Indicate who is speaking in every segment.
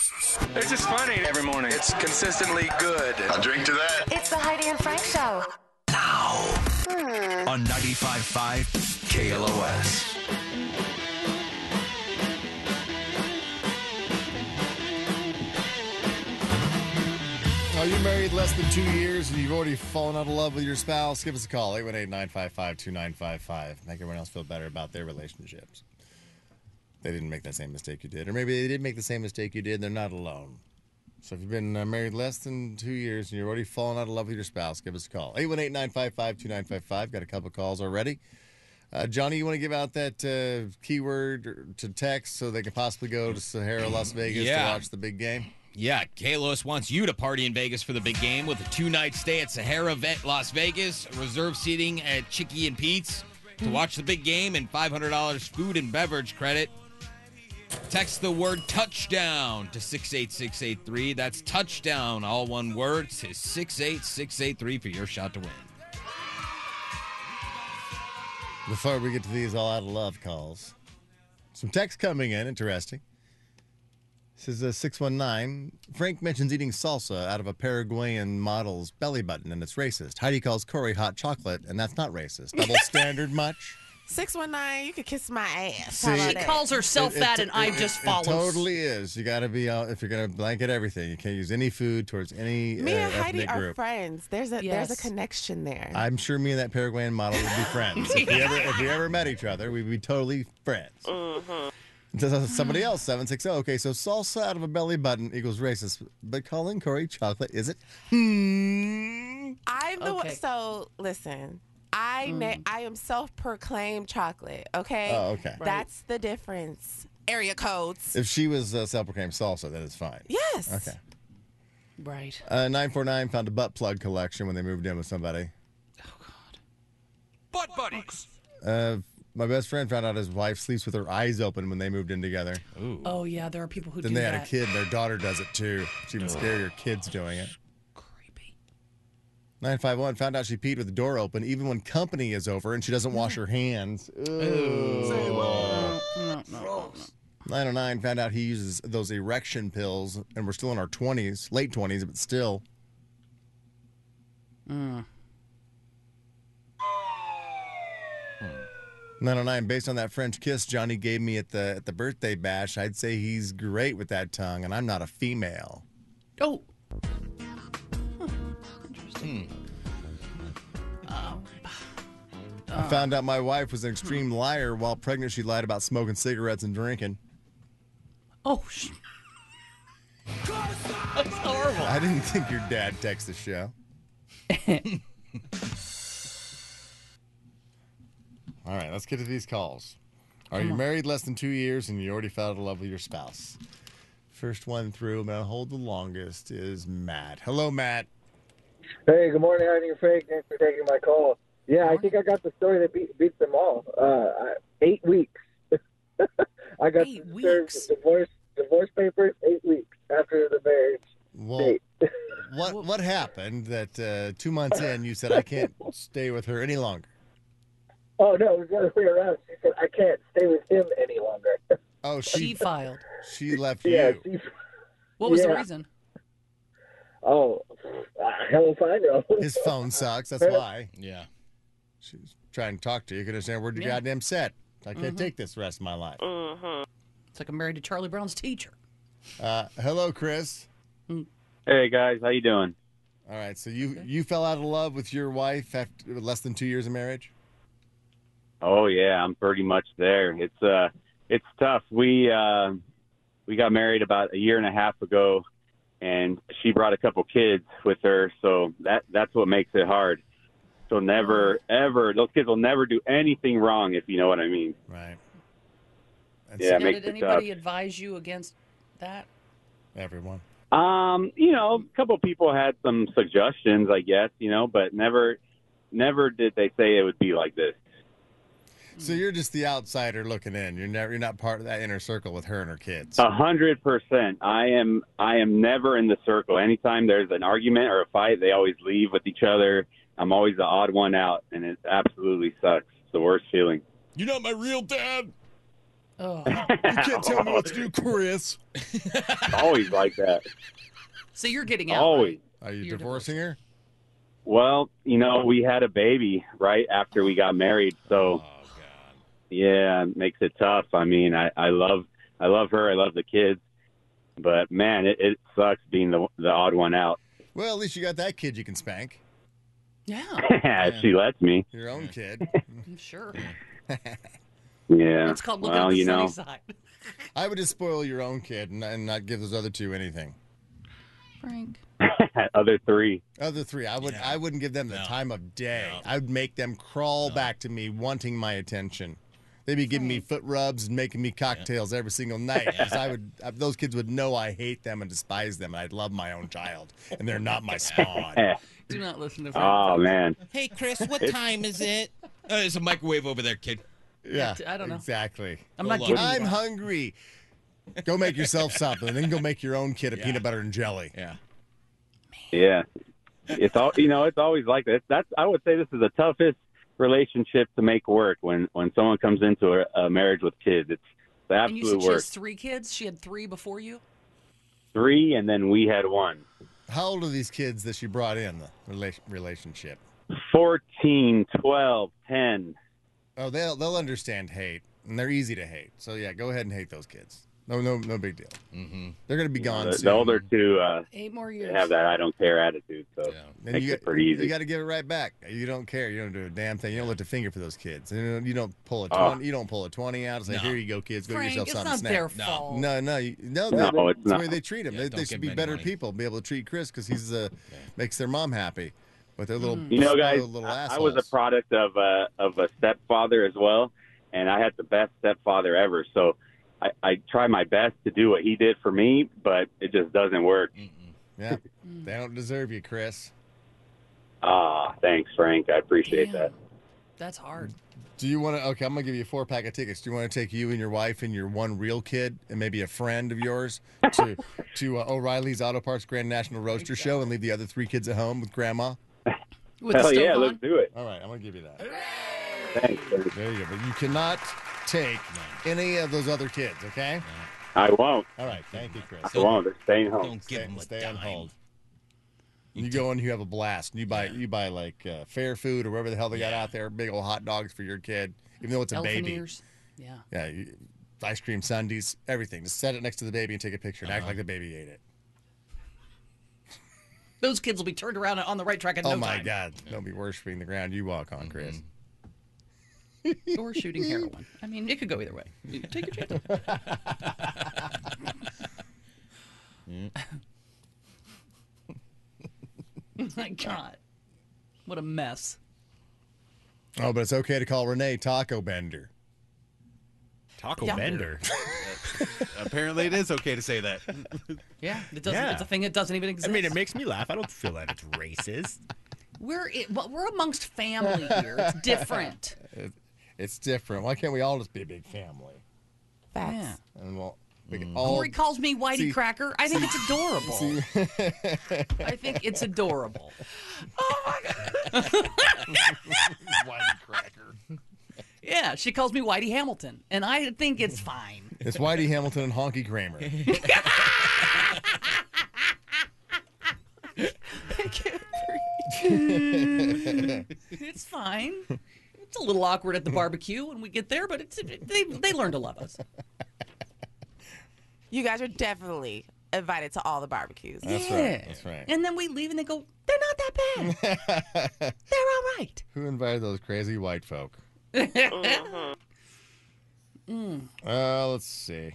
Speaker 1: It's just funny every morning.
Speaker 2: It's consistently good.
Speaker 3: I'll drink to that.
Speaker 4: It's the Heidi and Frank Show.
Speaker 5: on 95.5 KLOS.
Speaker 6: Are you married less than two years and you've already fallen out of love with your spouse? Give us a call, 818 955 2955. Make everyone else feel better about their relationships. They didn't make that same mistake you did. Or maybe they did make the same mistake you did. They're not alone. So if you've been uh, married less than two years and you're already falling out of love with your spouse, give us a call. 818 955 2955. Got a couple calls already. Uh, Johnny, you want to give out that uh, keyword to text so they can possibly go to Sahara, Las Vegas
Speaker 7: Yeah.
Speaker 6: to watch the big game?
Speaker 7: Yeah, Kalos wants you to party in Vegas for the big game with a two night stay at Sahara Vet Las Vegas, reserve seating at Chicky and Pete's to watch the big game, and $500 food and beverage credit. Text the word touchdown to 68683. That's touchdown, all one word, to 68683 for your shot to win.
Speaker 6: Before we get to these all out of love calls, some text coming in. Interesting. uh, This is a 619. Frank mentions eating salsa out of a Paraguayan model's belly button, and it's racist. Heidi calls Corey hot chocolate, and that's not racist. Double standard much?
Speaker 8: 619, you could kiss my ass.
Speaker 6: See-
Speaker 8: How about
Speaker 6: She
Speaker 8: that?
Speaker 9: Calls herself
Speaker 6: It- it-
Speaker 9: that, and I
Speaker 6: it- it-
Speaker 9: just
Speaker 6: it
Speaker 9: follow.
Speaker 6: totally is. You got to be out if you're going to blanket everything. You can't use any food towards any
Speaker 8: Me
Speaker 6: uh,
Speaker 8: and Heidi
Speaker 6: ethnic
Speaker 8: are
Speaker 6: group.
Speaker 8: friends. There's a
Speaker 9: Yes.
Speaker 8: there's a connection there.
Speaker 6: I'm sure me and that Paraguayan model would be friends. if, we ever, if we ever met each other, we'd be totally friends.
Speaker 9: Mm-hmm.
Speaker 6: So- Somebody else, 760. Okay, so salsa out of a belly button equals racist, but calling Corey chocolate is it?
Speaker 9: Hmm.
Speaker 8: I'm the
Speaker 9: Okay. Hmm.
Speaker 8: one. So listen, I na- I am self-proclaimed chocolate. Okay.
Speaker 6: Oh, okay. Right.
Speaker 8: That's the difference. Area codes.
Speaker 6: If she was uh, self proclaimed salsa, then it's fine.
Speaker 8: yes.
Speaker 6: Okay.
Speaker 9: Right.
Speaker 6: Uh, 949 found a butt plug collection when they moved in with somebody.
Speaker 9: Oh,
Speaker 7: Butt buddies.
Speaker 6: Uh, my best friend found out his wife sleeps with her eyes open when they moved in together.
Speaker 9: Oh yeah, there are people who
Speaker 6: Then
Speaker 9: do
Speaker 6: they
Speaker 9: that.
Speaker 6: had a kid, and their daughter does it too. It's even scarier, kids doing it.
Speaker 9: Creepy.
Speaker 6: 951 found out she peed with the door open even when company is over and she doesn't wash her hands. Ooh.
Speaker 9: No, no, no,
Speaker 6: 909 found out he uses those erection pills and we're still in our 20s, late 20s, but still.
Speaker 9: Mm.
Speaker 6: Hmm. 909 based on that French kiss Johnny gave me at the at the birthday bash, I'd say he's great with that tongue and I'm not a female.
Speaker 9: no. Oh. Huh. Interesting.
Speaker 6: I found out my wife was an extreme liar while pregnant she lied about smoking cigarettes and drinking.
Speaker 9: Oh. Sh- That's horrible.
Speaker 6: I didn't think your dad texted the show. All right, let's get to these calls. Are you married less than two years and you already fell out of love with your spouse? First one through, I'm going to hold the longest, is Matt. Hello, Matt.
Speaker 10: Hey, good morning, Hiding and Fake. Thanks for taking my call. Yeah, I think I got the story that beat, beats them all. Uh, I- eight weeks. I got
Speaker 9: Eight
Speaker 10: to serve
Speaker 9: weeks.
Speaker 10: divorce divorce papers eight weeks after the marriage
Speaker 6: Well,
Speaker 10: date.
Speaker 6: what, what happened that uh, two months in you said, I can't stay with her any longer?
Speaker 10: Oh no, it was the other way around. She said I can't stay with him any longer.
Speaker 6: Oh,
Speaker 9: She
Speaker 6: she,
Speaker 9: filed.
Speaker 6: she left
Speaker 10: yeah.
Speaker 6: you.
Speaker 10: She,
Speaker 9: What was the
Speaker 10: Yeah.
Speaker 9: reason?
Speaker 10: oh, uh, hell if I know.
Speaker 6: His phone sucks. That's why.
Speaker 7: Yeah.
Speaker 6: She's trying to talk to you. You can understand where you
Speaker 9: Yeah.
Speaker 6: goddamn set. I can't take this the rest of my life.
Speaker 9: It's like I'm married to Charlie Brown's teacher.
Speaker 6: Uh, hello, Chris.
Speaker 11: Hey guys, how you doing?
Speaker 6: All right, so you you fell out of love with your wife after less than two years of marriage.
Speaker 11: Oh yeah, I'm pretty much there. It's uh, it's tough. We uh, we got married about a year and a half ago, and she brought a couple kids with her, so that that's what makes it hard. So never ever those kids will never do anything wrong, if you know what I mean.
Speaker 6: Right. And
Speaker 11: Yeah, it
Speaker 9: now,
Speaker 11: makes
Speaker 9: did
Speaker 11: it
Speaker 9: anybody advise you against that?
Speaker 6: so everyone.
Speaker 11: tough. Um, you know, a couple people had some suggestions, I guess, you know, but never never did they say it would be like this.
Speaker 6: So you're just the outsider looking in. You're never you're not part of that inner circle with her and her kids.
Speaker 11: A hundred percent. I am. I am never in the circle. Anytime there's an argument or a fight, they always leave with each other. I'm always the odd one out, and it absolutely sucks. It's the worst feeling.
Speaker 7: You're not my real dad.
Speaker 9: Oh,
Speaker 6: You can't tell me what to do, Chris.
Speaker 11: Always like that.
Speaker 9: so you're getting out.
Speaker 11: Always.
Speaker 6: Are you
Speaker 9: You're
Speaker 6: divorcing her?
Speaker 11: Well, you know, we had a baby right after we got married, so
Speaker 6: Oh,
Speaker 11: yeah, it makes it tough. I mean, I, I love I love her, I love the kids, but man, it, it sucks being the the odd one out.
Speaker 6: Well, at least you got that kid you can spank.
Speaker 9: Yeah,
Speaker 11: If she lets me.
Speaker 6: Your own kid.
Speaker 9: I'm sure.
Speaker 11: Yeah.
Speaker 9: It's called looking
Speaker 11: well,
Speaker 9: at the
Speaker 11: you know,
Speaker 9: sunny side.
Speaker 6: I would just spoil your own kid and, and not give those other two anything.
Speaker 9: Frank.
Speaker 11: other three.
Speaker 6: Other three, I would
Speaker 7: Yeah.
Speaker 6: I wouldn't give them the
Speaker 7: No.
Speaker 6: time of day.
Speaker 7: No.
Speaker 6: I would make them crawl back to me, wanting my attention. They'd be giving me foot rubs and making me cocktails every single night. 'cause I would, I- those kids would know I hate them and despise them. And I'd love my own child, and they're not my spawn.
Speaker 9: Do not listen to Frank.
Speaker 11: Oh man.
Speaker 7: Hey, Chris, what time is it? Uh, there's a microwave over there, kid.
Speaker 6: yeah,
Speaker 9: I don't know.
Speaker 6: exactly.
Speaker 9: I'm not
Speaker 7: Go
Speaker 9: giving
Speaker 6: I'm
Speaker 9: you that.
Speaker 6: hungry. Go make yourself something, then go make your own kid a
Speaker 7: Yeah.
Speaker 6: peanut butter and jelly.
Speaker 7: Yeah.
Speaker 11: Yeah, it's all you know. It's always like that. That's I would say this is the toughest relationship to make work when when someone comes into a, a marriage with kids. It's the
Speaker 9: And you said
Speaker 11: absolute
Speaker 9: she has
Speaker 11: worst.
Speaker 9: three kids. She had three before you.
Speaker 11: Three, and then we had one.
Speaker 6: How old are these kids that she brought in the rela- relationship?
Speaker 11: Fourteen, twelve, ten.
Speaker 6: Oh, they'll they'll understand hate, and they're easy to hate. So yeah, go ahead and hate those kids. No, no, no big deal.
Speaker 7: Mm-hmm.
Speaker 6: They're gonna be gone
Speaker 11: The,
Speaker 6: soon.
Speaker 11: the older two uh,
Speaker 9: Eight more years.
Speaker 11: have that I don't care attitude. So
Speaker 7: Yeah.
Speaker 6: Then
Speaker 11: makes
Speaker 6: you
Speaker 11: it
Speaker 6: got-
Speaker 11: pretty easy.
Speaker 6: You got to give it right back. You don't care. You don't do a damn thing. You don't lift a finger for those kids. You don't, you don't pull a
Speaker 11: Oh.
Speaker 6: twenty. You don't pull a twenty out and say,
Speaker 7: No.
Speaker 6: "Here you go, kids. Go
Speaker 9: Frank,
Speaker 6: get yourself
Speaker 9: it's
Speaker 6: something."
Speaker 9: not
Speaker 6: to snack."
Speaker 9: their
Speaker 7: No.
Speaker 9: fault.
Speaker 6: No, no, you, no,
Speaker 11: No,
Speaker 6: no.
Speaker 11: it's
Speaker 6: That's the way
Speaker 11: not.
Speaker 6: they treat him.
Speaker 7: Yeah,
Speaker 6: they
Speaker 7: don't
Speaker 6: they
Speaker 7: give
Speaker 6: should be
Speaker 7: him any
Speaker 6: better
Speaker 7: money.
Speaker 6: people. Be able to treat Chris because he's uh, makes their mom happy. But they're
Speaker 7: Mm-hmm.
Speaker 6: little,
Speaker 11: You know, guys,
Speaker 6: spoiled little
Speaker 11: I, I
Speaker 6: assholes.
Speaker 11: was a product of a of a stepfather as well, and I had the best stepfather ever. So I, I try my best to do what he did for me, but it just doesn't work.
Speaker 6: Mm. yeah, they don't deserve you, Chris.
Speaker 11: Ah, thanks, Frank. I appreciate
Speaker 9: Damn.
Speaker 11: that.
Speaker 9: That's hard.
Speaker 6: Do you want to? Okay, I'm gonna give you a four pack of tickets. Do you want to take you and your wife and your one real kid and maybe a friend of yours to to uh, O'Reilly's Auto Parts Grand National Roaster Show and leave the other three kids at home with Grandma?
Speaker 9: With the
Speaker 11: Hell
Speaker 9: stove
Speaker 11: yeah,
Speaker 9: on.
Speaker 11: let's do it.
Speaker 6: All right, I'm gonna give you that.
Speaker 11: Thanks. Frank.
Speaker 6: There you go. But you cannot take any of those other kids. Okay.
Speaker 11: I won't.
Speaker 6: All right. Thank you, Chris.
Speaker 11: I
Speaker 7: Don't-
Speaker 11: won't. They're staying home.
Speaker 7: Don't give
Speaker 6: Stay-
Speaker 7: him a
Speaker 6: stay on
Speaker 7: dime.
Speaker 6: hold. You go and you have a blast. You buy you buy like uh, fair food or whatever the hell they got out there. Big old hot dogs for your kid, even though it's a
Speaker 9: Elephant
Speaker 6: baby.
Speaker 9: ears. Yeah.
Speaker 6: Yeah, you, ice cream sundaes, everything. Just set it next to the baby and take a picture and act
Speaker 9: Uh-huh.
Speaker 6: like the baby ate it.
Speaker 9: Those kids will be turned around and on the right track in
Speaker 6: Oh
Speaker 9: no
Speaker 6: my
Speaker 9: time. Mm-hmm.
Speaker 6: God! Don't be worshiping the ground you walk on, Chris.
Speaker 9: Or shooting heroin. I mean, it could go either way. You Take your chance. my God. What a mess.
Speaker 6: Oh, but it's okay to call Renee Taco Bender.
Speaker 5: Taco
Speaker 8: Yeah.
Speaker 5: Bender. Uh, Apparently, it is okay to say that.
Speaker 9: Yeah, it doesn't.
Speaker 5: Yeah.
Speaker 9: It's a thing that doesn't even
Speaker 5: I
Speaker 9: exist.
Speaker 5: mean, it makes me laugh. I don't feel that it's racist.
Speaker 9: we're it, well, we're amongst family here. It's different.
Speaker 6: It's different. Why can't we all just be a big family?
Speaker 8: Facts.
Speaker 9: Yeah.
Speaker 6: And we'll we
Speaker 9: Mm-hmm.
Speaker 6: can all.
Speaker 9: Corey calls me Whitey
Speaker 6: See-
Speaker 9: Cracker. I think it's adorable. I think it's adorable. Oh, Yeah, she calls me Whitey Hamilton, and I think it's fine.
Speaker 6: It's Whitey Hamilton and Honky Kramer.
Speaker 9: It's fine. It's a little awkward at the barbecue when we get there, but it's they they learn to love us.
Speaker 8: You guys are definitely invited to all the barbecues.
Speaker 6: That's
Speaker 9: yeah.
Speaker 6: right. That's right.
Speaker 9: And then we leave, and they go, they're not that bad. they're all right.
Speaker 6: Who invited those crazy white folk? Uh, let's see.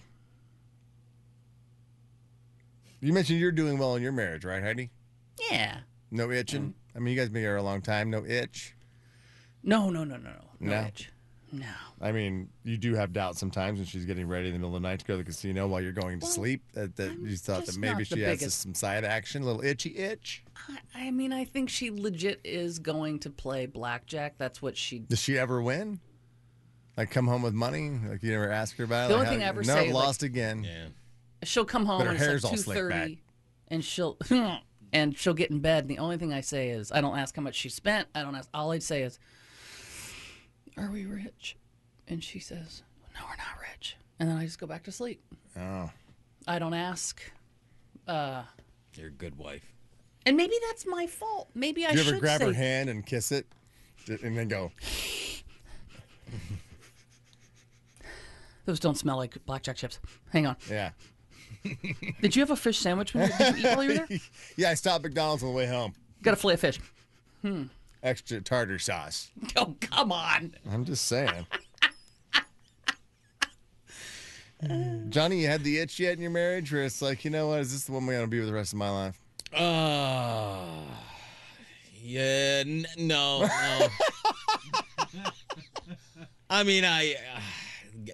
Speaker 6: You mentioned you're doing well in your marriage, right, Heidi?
Speaker 9: Yeah.
Speaker 6: No itching.
Speaker 9: Mm-hmm.
Speaker 6: I mean, you guys been here a long time. No itch.
Speaker 9: No, no, no, no, no. No.
Speaker 6: No.
Speaker 9: Edge. No.
Speaker 6: I mean, you do have doubts sometimes when she's getting ready in the middle of the night to go to the casino while you're going to sleep. That, that
Speaker 9: I'm
Speaker 6: you thought that
Speaker 9: just
Speaker 6: maybe
Speaker 9: not the
Speaker 6: she has
Speaker 9: biggest-
Speaker 6: some side action, a little itchy itch.
Speaker 9: I, I mean, I think she legit is going to play blackjack. That's what she.
Speaker 6: Does she ever win? Like come home with money? Like you never ask her about it?
Speaker 9: The
Speaker 6: Like,
Speaker 9: only thing
Speaker 6: how-
Speaker 9: I ever
Speaker 6: no,
Speaker 9: say,
Speaker 6: I've
Speaker 9: like-
Speaker 6: lost again.
Speaker 7: Yeah.
Speaker 9: She'll come home
Speaker 6: But her
Speaker 9: and it's
Speaker 6: hair's
Speaker 9: like
Speaker 6: all
Speaker 9: two
Speaker 6: slicked back.
Speaker 9: thirty, and she'll and she'll get in bed. And the only thing I say is, I don't ask how much she spent. I don't ask. All I'd say is, "Are we rich?" And she says, "No, we're not rich." and then I just go back to sleep.
Speaker 6: Oh.
Speaker 9: I don't ask. Uh,
Speaker 7: You're a good wife.
Speaker 9: and maybe that's my fault. Maybe I
Speaker 6: Do you
Speaker 9: should
Speaker 6: ever grab
Speaker 9: say
Speaker 6: her hand and kiss it, and then go?
Speaker 9: those don't smell like blackjack chips. Hang on.
Speaker 6: Yeah.
Speaker 9: Did you have a fish sandwich when you, did you eat while you were there?
Speaker 6: yeah, I stopped McDonald's on the way home.
Speaker 9: Got a fillet of fish. Hmm.
Speaker 6: Extra tartar sauce.
Speaker 9: Oh come on.
Speaker 6: I'm just saying. Johnny, you had the itch yet in your marriage where it's like, you know what, is this the one we're gonna be with the rest of my life?
Speaker 7: Uh, yeah, n- no, no. I mean, I. Uh,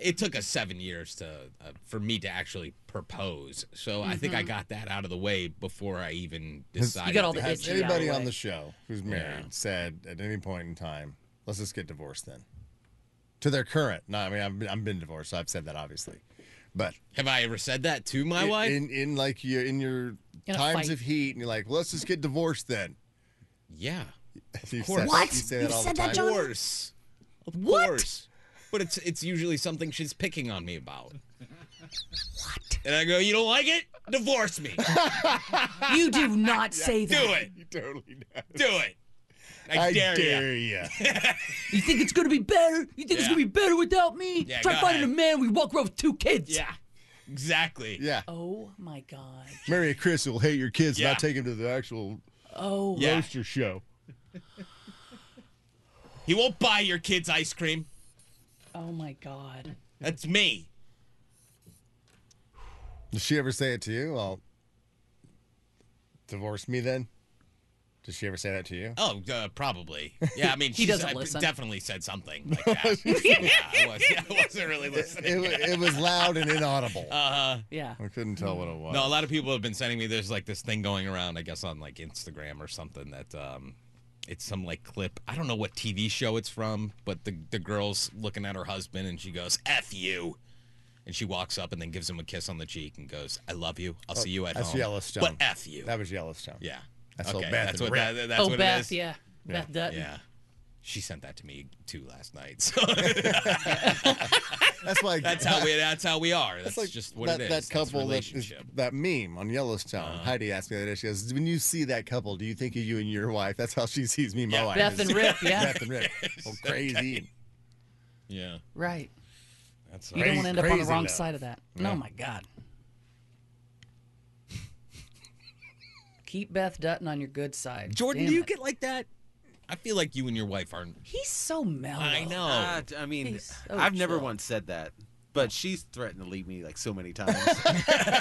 Speaker 7: it took us seven years to uh, for me to actually propose, so I think I
Speaker 6: Mm-hmm.
Speaker 9: Mhm.
Speaker 7: got that out of the way before I even
Speaker 6: Has-
Speaker 7: decided. to
Speaker 6: Has
Speaker 7: get married.
Speaker 6: anybody on the show who's
Speaker 7: Yeah.
Speaker 6: married said at any point in time, let's just get divorced then? To their current. No, I mean, I've been, I've been divorced, so I've said that obviously. But
Speaker 7: Have I ever said that to my
Speaker 6: in,
Speaker 7: wife?
Speaker 6: In, in like your, in your
Speaker 9: In a
Speaker 6: times
Speaker 9: fight.
Speaker 6: of heat, and you're like, well, let's just get divorced then.
Speaker 7: yeah,
Speaker 6: You
Speaker 7: course.
Speaker 6: said-
Speaker 7: What?
Speaker 6: You say
Speaker 9: You've
Speaker 6: that all
Speaker 9: said
Speaker 6: the
Speaker 9: that,
Speaker 6: time.
Speaker 7: of
Speaker 9: John?
Speaker 7: course, of
Speaker 9: What?
Speaker 7: course. But it's it's usually something she's picking on me about. What? And I go, you don't like it? Divorce me.
Speaker 9: You do not say
Speaker 7: Do
Speaker 9: that.
Speaker 7: it.
Speaker 6: You totally do.
Speaker 7: Do it. I, dare, you.
Speaker 6: ya.
Speaker 9: You think it's gonna be better? You think it's
Speaker 7: Yeah.
Speaker 9: gonna be better without me?
Speaker 7: Yeah,
Speaker 9: Try
Speaker 7: go
Speaker 9: finding
Speaker 7: ahead.
Speaker 9: a man we walk around with two kids.
Speaker 7: Yeah. Exactly.
Speaker 6: yeah.
Speaker 9: Oh my god.
Speaker 6: Mary and Chris will hate your kids,
Speaker 7: Yeah.
Speaker 6: not take them to the actual
Speaker 9: Oh.
Speaker 7: Yeah.
Speaker 6: roaster show.
Speaker 7: He won't buy your kids ice cream.
Speaker 9: Oh my god.
Speaker 7: That's me.
Speaker 6: Does she ever say it to you? Well, divorce me then? Does she ever say that to you?
Speaker 7: Oh, uh, probably. Yeah, I mean, she's-
Speaker 9: doesn't
Speaker 7: I
Speaker 9: listen. definitely
Speaker 7: definitely said something like that. yeah, I, was, not really
Speaker 6: It,
Speaker 7: listening.
Speaker 6: wa- it was loud and inaudible.
Speaker 7: Uh,
Speaker 9: Yeah.
Speaker 6: I couldn't tell what it was.
Speaker 7: no, a lot of people have been sending me. There's like this thing going around, I guess, on like Instagram or something that um, it's some like clip. I don't know what TV show it's from, but the the girl's looking at her husband and she goes, "F you," and she walks up and then gives him a kiss on the cheek and goes, "I love you. I'll see you at
Speaker 6: Oh, that's
Speaker 7: home."
Speaker 6: Yellowstone.
Speaker 7: But F you.
Speaker 6: That was Yellowstone.
Speaker 7: Yeah.
Speaker 6: That's
Speaker 7: okay.
Speaker 6: old Beth
Speaker 7: that's
Speaker 6: and
Speaker 7: what
Speaker 6: Rick.
Speaker 7: that, that's
Speaker 9: oh
Speaker 7: what it
Speaker 9: Beth,
Speaker 7: is.
Speaker 9: yeah. Beth Dutton.
Speaker 7: Yeah. She sent that to me too last night. So
Speaker 6: That's like
Speaker 7: that's how we that's how we are. That's,
Speaker 6: That's like
Speaker 7: just what
Speaker 6: that,
Speaker 7: it is.
Speaker 6: that couple
Speaker 7: that's
Speaker 6: that is-
Speaker 7: relationship. Uh-huh.
Speaker 6: that meme on Yellowstone. Heidi asked me the other day. She goes, "When you see that couple, do you think of you and your wife?" That's how she sees me, and my
Speaker 7: Yeah.
Speaker 6: wife.
Speaker 9: Beth
Speaker 6: is
Speaker 9: and Rick, yeah.
Speaker 6: Beth and Rick. Oh, crazy.
Speaker 7: yeah.
Speaker 9: right.
Speaker 7: That's
Speaker 9: You don't want to end up on the
Speaker 6: crazy
Speaker 9: wrong
Speaker 6: love.
Speaker 9: side of that. Oh my god. Keep Beth Dutton on your good side.
Speaker 7: Jordan,
Speaker 9: Damn
Speaker 7: do you
Speaker 9: it.
Speaker 7: get like that? I feel like you and your wife aren't
Speaker 9: He's so mellow.
Speaker 7: I know.
Speaker 9: Ah.
Speaker 5: Uh, I mean,
Speaker 9: He's so
Speaker 5: I've never
Speaker 9: chill.
Speaker 5: once said that, but she's threatened to leave me like so many times.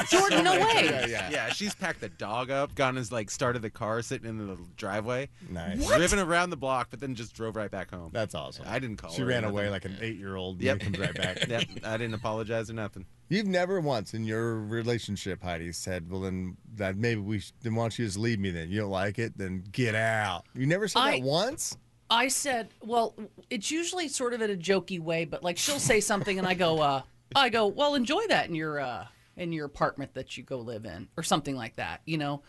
Speaker 9: Jordan, no
Speaker 6: Yeah,
Speaker 9: way.
Speaker 6: yeah.
Speaker 5: yeah, she's packed the dog up, gone and like started the car sitting in the driveway,
Speaker 6: Nice.
Speaker 5: driven around the block, but then just drove right back home.
Speaker 6: That's awesome.
Speaker 5: I didn't call
Speaker 6: She
Speaker 5: her.
Speaker 6: ran
Speaker 5: or
Speaker 6: away
Speaker 5: nothing.
Speaker 6: like an eight-year-old.
Speaker 5: Yep.
Speaker 6: Yep. And comes right back.
Speaker 5: Yep, I didn't apologize or nothing.
Speaker 6: You've never once in your relationship, Heidi, said, "Well, then that maybe we sh- then why don't you just leave me then? You don't like it, then get out." You never said
Speaker 9: I-
Speaker 6: that once.
Speaker 9: I said, well, it's usually sort of in a jokey way, but like she'll say something and I go, uh, I go, well, enjoy that in your uh, in your apartment that you go live in or something like that, you know.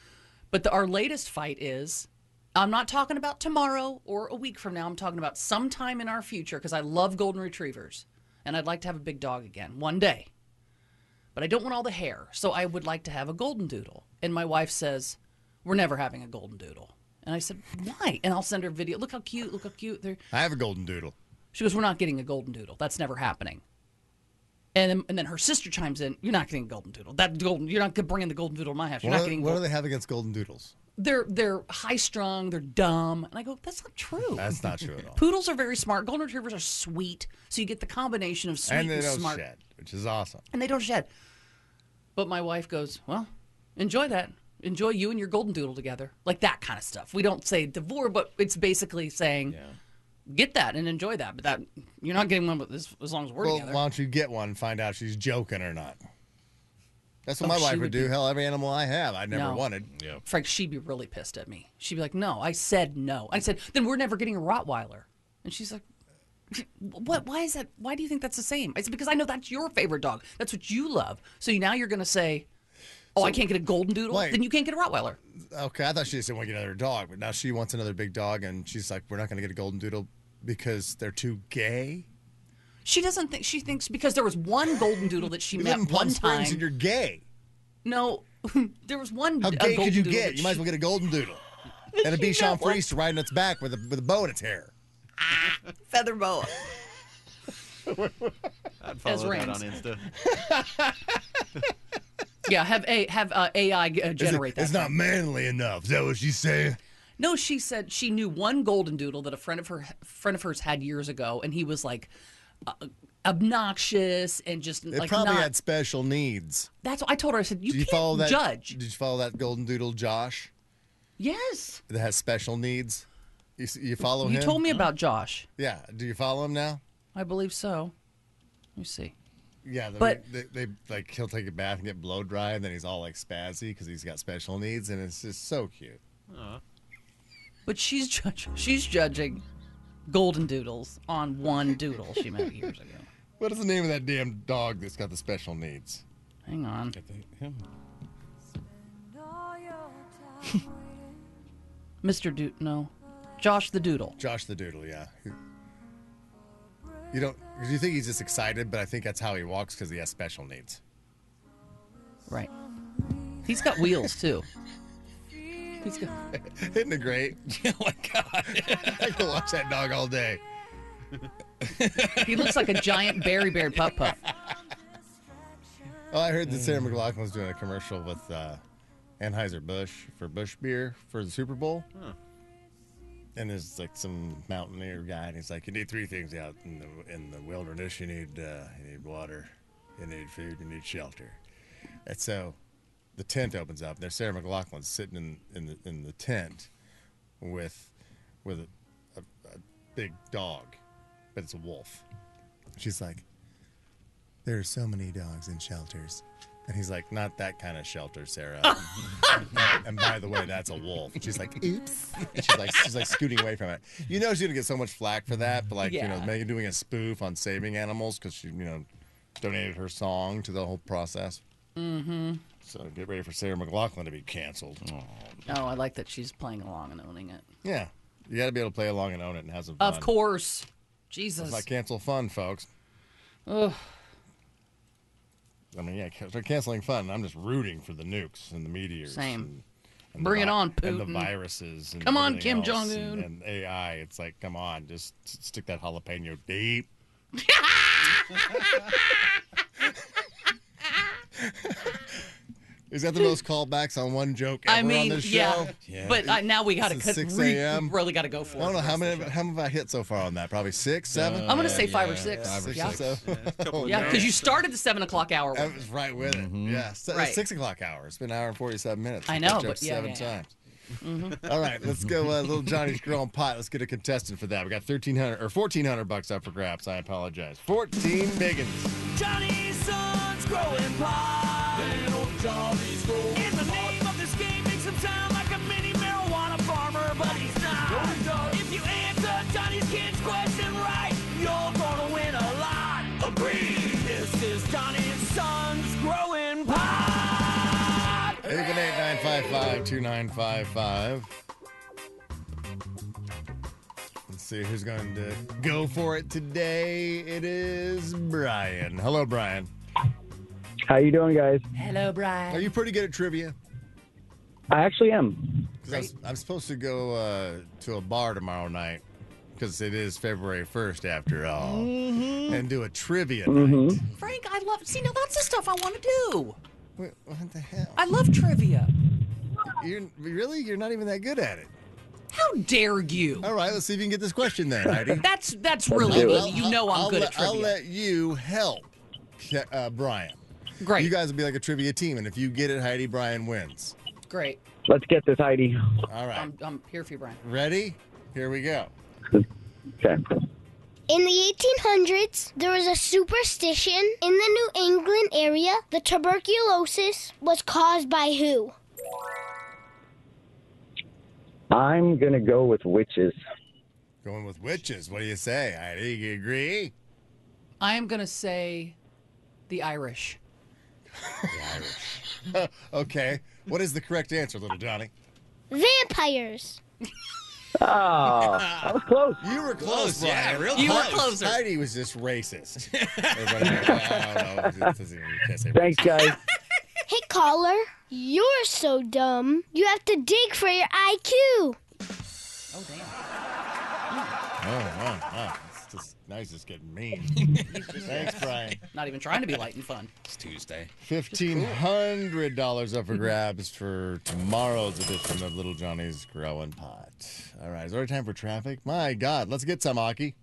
Speaker 9: But the, our latest fight is, I'm not talking about tomorrow or a week from now. I'm talking about sometime in our future because I love golden retrievers and I'd like to have a big dog again one day. But I don't want all the hair, so I would like to have a golden doodle. And my wife says, we're never having a golden doodle. And I said, why? And I'll send her a video. Look how cute. Look how cute. They're...
Speaker 6: I have a golden doodle.
Speaker 9: She goes, we're not getting a golden doodle. That's never happening. And then, and then her sister chimes in, you're not getting a golden doodle. That golden, you're not bringing the golden doodle to my house. You're
Speaker 6: What,
Speaker 9: not
Speaker 6: do-
Speaker 9: getting.
Speaker 6: what do
Speaker 9: Golden...
Speaker 6: they have against golden doodles?
Speaker 9: They're they're high strung. They're dumb. And I go, that's not true.
Speaker 6: That's not true at all.
Speaker 9: Poodles are very smart. Golden retrievers are sweet. So you get the combination of sweet
Speaker 6: and
Speaker 9: and,
Speaker 6: they don't
Speaker 9: smart.
Speaker 6: shed, which is awesome.
Speaker 9: and they don't shed. But my wife goes, Well, enjoy that. Enjoy you and your golden doodle together. Like that kind of stuff. We don't say divorce, but it's basically saying, Get that and enjoy that. But that you're not getting one with this as long as we're
Speaker 6: Well,
Speaker 9: together.
Speaker 6: why don't you get one and find out if she's joking or not? That's what
Speaker 9: Oh,
Speaker 6: my
Speaker 9: she
Speaker 6: wife
Speaker 9: would
Speaker 6: would do. Hell, every animal I have, I never
Speaker 9: No.
Speaker 6: wanted.
Speaker 7: yeah.
Speaker 9: Frank, she'd be really pissed at me. She'd be like, No, I said no. I said, Then we're never getting a Rottweiler. And she's like, what? Why is that? Why do you think that's the same? I said because I know that's your favorite dog. That's what you love. So now you're going to say, "Oh, I can't get a golden doodle."
Speaker 6: Wait.
Speaker 9: Then you can't get a Rottweiler.
Speaker 6: Okay, I thought she just didn't want to get another dog, but now she wants another big dog, and she's like, "We're not going to get a golden doodle because they're too gay."
Speaker 9: She doesn't think she thinks because there was one golden doodle that she
Speaker 6: You
Speaker 9: met
Speaker 6: live in Palm
Speaker 9: one time.
Speaker 6: Springs and you're gay.
Speaker 9: no, there was one.
Speaker 6: How
Speaker 9: a
Speaker 6: gay
Speaker 9: golden
Speaker 6: could you
Speaker 9: doodle
Speaker 6: get?
Speaker 9: that
Speaker 6: You might as
Speaker 9: she-
Speaker 6: well get a golden doodle. And a Bichon Frise riding its back with a with a bow in its hair.
Speaker 8: Feather boa.
Speaker 5: I'd follow that
Speaker 9: rings.
Speaker 5: on Insta.
Speaker 9: Yeah, have a have uh, AI uh,
Speaker 6: Is it-
Speaker 9: generate that.
Speaker 6: it's not manly enough. Is that what she's saying?
Speaker 9: No, she said she knew one golden doodle that a friend of her friend of hers had years ago, and he was like uh, obnoxious and just
Speaker 6: It
Speaker 9: like
Speaker 6: probably
Speaker 9: not.
Speaker 6: had special needs.
Speaker 9: That's what I told her. I said you,
Speaker 6: Did you
Speaker 9: can't
Speaker 6: follow that?
Speaker 9: judge.
Speaker 6: Did you follow that golden doodle Josh
Speaker 9: yes,
Speaker 6: that has special needs? You, s- you follow
Speaker 9: you
Speaker 6: Oh, him?
Speaker 9: told me about Josh.
Speaker 6: Yeah. Do you follow him now?
Speaker 9: I believe so. Let me see.
Speaker 6: Yeah, the,
Speaker 9: But-
Speaker 6: they, they like he'll take a bath and get blow dry, and then he's all like spazzy because he's got special needs, and it's just so cute.
Speaker 9: But she's judge- she's judging golden doodles on one doodle she met years ago.
Speaker 6: What is the name of that damn dog that's got the special needs?
Speaker 9: Hang on. Mr. Doot no. Josh the Doodle.
Speaker 6: Josh the Doodle, yeah. You don't. You think he's just excited, but I think that's how he walks because he has special needs.
Speaker 9: Right. He's got wheels too. He's got
Speaker 6: Isn't it great?
Speaker 7: oh my god!
Speaker 6: I could watch that dog all day.
Speaker 9: He looks like a giant berry bear puff puff.
Speaker 6: Oh, I heard that Sarah McLaughlin was doing a commercial with uh, Anheuser Busch for Bush beer for the Super Bowl. And there's like some mountaineer guy, and he's like, "You need three things out in the in the wilderness. You need uh, you need water, you need food, you need shelter." And so, the tent opens up. and There's Sarah McLaughlin sitting in in the, in the tent with with a, a, a big dog, but it's a wolf. She's like, there are so many dogs in shelters. And he's like, not that kind of shelter, Sarah. and by the way, that's a wolf. She's like, oops. And she's like, she's like scooting away from it. You know, she's gonna get so much flack for that, but like, you know,
Speaker 9: Yeah.
Speaker 6: Megan doing a spoof on saving animals because she, you know, donated her song to the whole process. Mm-hmm. So get ready for Sarah McLaughlin to be canceled.
Speaker 9: Oh, I like that she's playing along and owning it.
Speaker 6: Yeah, you got to be able to play along and own it and have some fun.
Speaker 9: Of course.
Speaker 6: It's
Speaker 9: Jesus.
Speaker 6: not cancel fun, folks.
Speaker 9: Ugh.
Speaker 6: I mean, yeah, ca- they're canceling fun. I'm just rooting for the nukes and the meteors.
Speaker 9: Same.
Speaker 6: And, and
Speaker 9: Bring
Speaker 6: the,
Speaker 9: it
Speaker 6: vi-
Speaker 9: on,
Speaker 6: And the
Speaker 9: Putin.
Speaker 6: viruses. And
Speaker 9: Come on,
Speaker 6: everything
Speaker 9: Kim
Speaker 6: else
Speaker 9: Jong-un.
Speaker 6: And, and AI. It's like, come on, just s- stick that jalapeno deep. Is that the most callbacks on one joke ever
Speaker 9: I mean,
Speaker 6: on this show?
Speaker 9: yeah, But uh, now we got to
Speaker 6: This
Speaker 9: cut.
Speaker 6: is 6
Speaker 9: re-
Speaker 6: a.m..
Speaker 9: really got to go for
Speaker 6: I don't
Speaker 9: it.
Speaker 6: know how many how many have I hit so far on that? Probably six, seven.
Speaker 9: I'm gonna say five or six.
Speaker 6: Oh, Five or
Speaker 9: yeah,
Speaker 6: six. So-
Speaker 9: yeah, because you started the seven o'clock hour.
Speaker 6: I was right with it. Yeah, se-
Speaker 9: Right.
Speaker 6: six o'clock hour. It's been an hour and forty-seven minutes.
Speaker 9: I
Speaker 6: We
Speaker 9: know,
Speaker 6: touched
Speaker 9: but
Speaker 6: up
Speaker 9: yeah,
Speaker 6: seven
Speaker 9: yeah, Mm-hmm. yeah.
Speaker 6: times. All right, let's go. Uh, little Johnny's growing pot. Let's get a contestant for that. We got thirteen hundred or fourteen hundred bucks up for grabs. I apologize. Fourteen biggins.
Speaker 1: Johnny's son's growing pot. In the name of this game makes him sound like a mini marijuana farmer, but he's not. If you answer Johnny's kid's question right, you're gonna win a lot. Agreed. This is Johnny's son's growing pot.
Speaker 6: Eight one eight nine five five two nine five five. Let's see who's going to go for it today. It is Brian. Hello, Brian.
Speaker 10: How you doing, guys?
Speaker 9: Hello, Brian.
Speaker 6: Are you pretty good at trivia?
Speaker 10: I actually am.
Speaker 6: Because I'm, s- I'm supposed to go uh, to a bar tomorrow night because it is February 1st after all
Speaker 9: Mm-hmm.
Speaker 6: and do a trivia night.
Speaker 9: Frank, I love. See, now that's the stuff I want to do.
Speaker 6: Wait, what the hell?
Speaker 9: I love trivia.
Speaker 6: You're, really? You're not even that good at it.
Speaker 9: How dare you?
Speaker 6: All right, let's see if you can get this question then, Heidi.
Speaker 9: That's that's really
Speaker 10: do
Speaker 9: me.
Speaker 10: it.
Speaker 9: You know I'm
Speaker 6: I'll
Speaker 9: good
Speaker 6: let,
Speaker 9: at trivia.
Speaker 6: I'll let you help Ke- uh, Brian.
Speaker 9: great,
Speaker 6: You guys will be like a trivia team, and if you get it, Heidi, Brian wins.
Speaker 9: great.
Speaker 10: Let's get this, Heidi.
Speaker 6: All right.
Speaker 9: I'm, I'm here for you, Brian.
Speaker 6: Ready? Here we go.
Speaker 10: Okay.
Speaker 2: In the 1800s, there was a superstition in the New England area. The tuberculosis was caused by who?
Speaker 10: I'm gonna go with witches.
Speaker 6: Going with witches. What do you say, Heidi? You agree?
Speaker 9: I am gonna say, the Irish.
Speaker 6: okay. What is the correct answer, little Johnny?
Speaker 2: Vampires.
Speaker 10: Oh, I was close.
Speaker 6: You were
Speaker 7: Close,
Speaker 6: close,
Speaker 7: yeah,
Speaker 6: Brian.
Speaker 7: real
Speaker 9: You were
Speaker 7: close.
Speaker 9: closer.
Speaker 6: Heidi was just racist. Everybody was like, "Oh, no, this doesn't even- you can't say
Speaker 10: Thanks, guys.
Speaker 11: Hey, caller, you're so dumb. You have to dig for your IQ.
Speaker 9: Oh damn.
Speaker 6: racist." Oh, oh, oh. It's just, now he's just getting mean. Thanks, Brian.
Speaker 9: Not even trying to be light and fun.
Speaker 7: It's Tuesday.
Speaker 6: Fifteen hundred dollars up for grabs for tomorrow's edition of Little Johnny's Growing Pot. All right, it's already time for traffic. My God, let's get some Aki.